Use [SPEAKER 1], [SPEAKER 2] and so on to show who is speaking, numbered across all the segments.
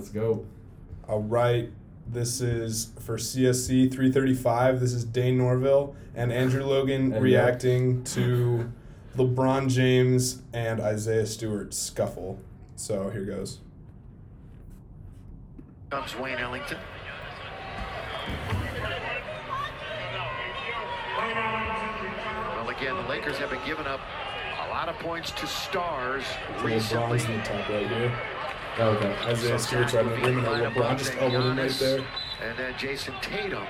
[SPEAKER 1] Let's go.
[SPEAKER 2] All right. This is for CSC 335. This is Dane Norville and Andrew Logan
[SPEAKER 1] And- uh,
[SPEAKER 2] reacting to LeBron James and Isaiah Stewart scuffle. So here goes.
[SPEAKER 3] comes Wayne Ellington. Well, again, the Lakers have been giving up a lot of points to stars
[SPEAKER 2] So
[SPEAKER 3] recently.
[SPEAKER 2] LeBron's in the top right here.
[SPEAKER 1] Oh, Okay.
[SPEAKER 2] Isaiah
[SPEAKER 3] So
[SPEAKER 2] Stewart
[SPEAKER 3] Zach
[SPEAKER 2] trying to
[SPEAKER 3] will be
[SPEAKER 2] rim it
[SPEAKER 3] lined
[SPEAKER 2] at
[SPEAKER 3] up
[SPEAKER 2] LeBron.
[SPEAKER 3] up
[SPEAKER 2] Just
[SPEAKER 3] there,
[SPEAKER 2] over him right
[SPEAKER 3] Giannis,
[SPEAKER 2] there.
[SPEAKER 3] And then Jason Tatum.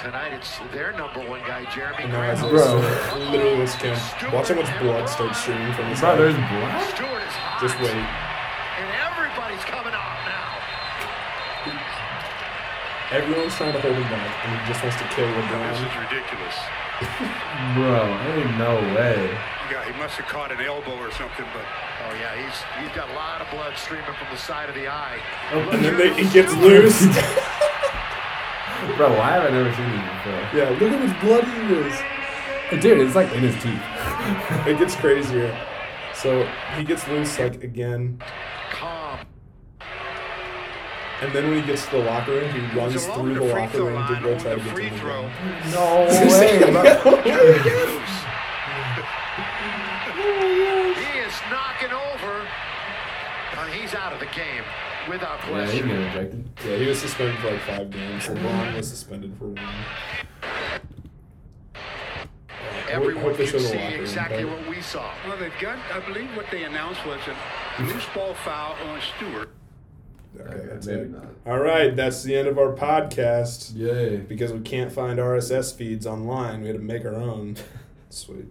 [SPEAKER 3] Tonight it's their number one guy, Jeremy
[SPEAKER 2] And now Isaiah
[SPEAKER 3] Grant.
[SPEAKER 2] Stewart literally looks camp. Watch how much blood starts streaming from his
[SPEAKER 1] Bro, there's
[SPEAKER 2] head.
[SPEAKER 1] blood.
[SPEAKER 3] Stewart is hot.
[SPEAKER 2] Just wait.
[SPEAKER 3] And everybody's coming on now.
[SPEAKER 2] Everyone's trying to hold him back, and he just wants to kill
[SPEAKER 4] This
[SPEAKER 2] LeBron.
[SPEAKER 4] is ridiculous.
[SPEAKER 1] Bro, ain't no way.
[SPEAKER 4] Yeah, he must have caught an elbow or something, but
[SPEAKER 3] Oh yeah, he's he's got a lot of blood streaming from the side of the eye.
[SPEAKER 2] And then they, it gets loose.
[SPEAKER 1] Bro, why have I never seen this
[SPEAKER 2] yeah, look how much blood he is.
[SPEAKER 1] before? Dude, it's like in his teeth.
[SPEAKER 2] It gets crazier. So he gets loose like again,
[SPEAKER 3] Calm.
[SPEAKER 2] and then when he gets to the locker room, he runs
[SPEAKER 4] He's
[SPEAKER 2] through
[SPEAKER 4] along
[SPEAKER 2] the,
[SPEAKER 4] the free
[SPEAKER 2] locker
[SPEAKER 4] throw
[SPEAKER 2] room to
[SPEAKER 4] line
[SPEAKER 2] go
[SPEAKER 4] on
[SPEAKER 2] try to
[SPEAKER 4] the
[SPEAKER 2] get
[SPEAKER 4] free
[SPEAKER 2] to the
[SPEAKER 4] throw.
[SPEAKER 2] rim.
[SPEAKER 1] No way, bro.
[SPEAKER 3] He is knocking over. and he's out of the game without
[SPEAKER 1] Yeah, he's
[SPEAKER 3] question.
[SPEAKER 1] getting ejected.
[SPEAKER 2] Yeah, he was suspended for like five games. LeBron was suspended for one.
[SPEAKER 3] Everyone
[SPEAKER 2] Hope they show
[SPEAKER 3] can
[SPEAKER 2] the
[SPEAKER 3] see
[SPEAKER 2] locker room,
[SPEAKER 3] exactly
[SPEAKER 2] but-
[SPEAKER 3] what we saw.
[SPEAKER 4] well, they've got. I believe what they announced was a loose ball foul on Stewart.
[SPEAKER 2] Okay, that's
[SPEAKER 1] maybe
[SPEAKER 2] it.
[SPEAKER 1] not.
[SPEAKER 2] All right, that's the end of our podcast.
[SPEAKER 1] Yay.
[SPEAKER 2] Because we can't find RSS feeds online, we had to make our own. Sweet.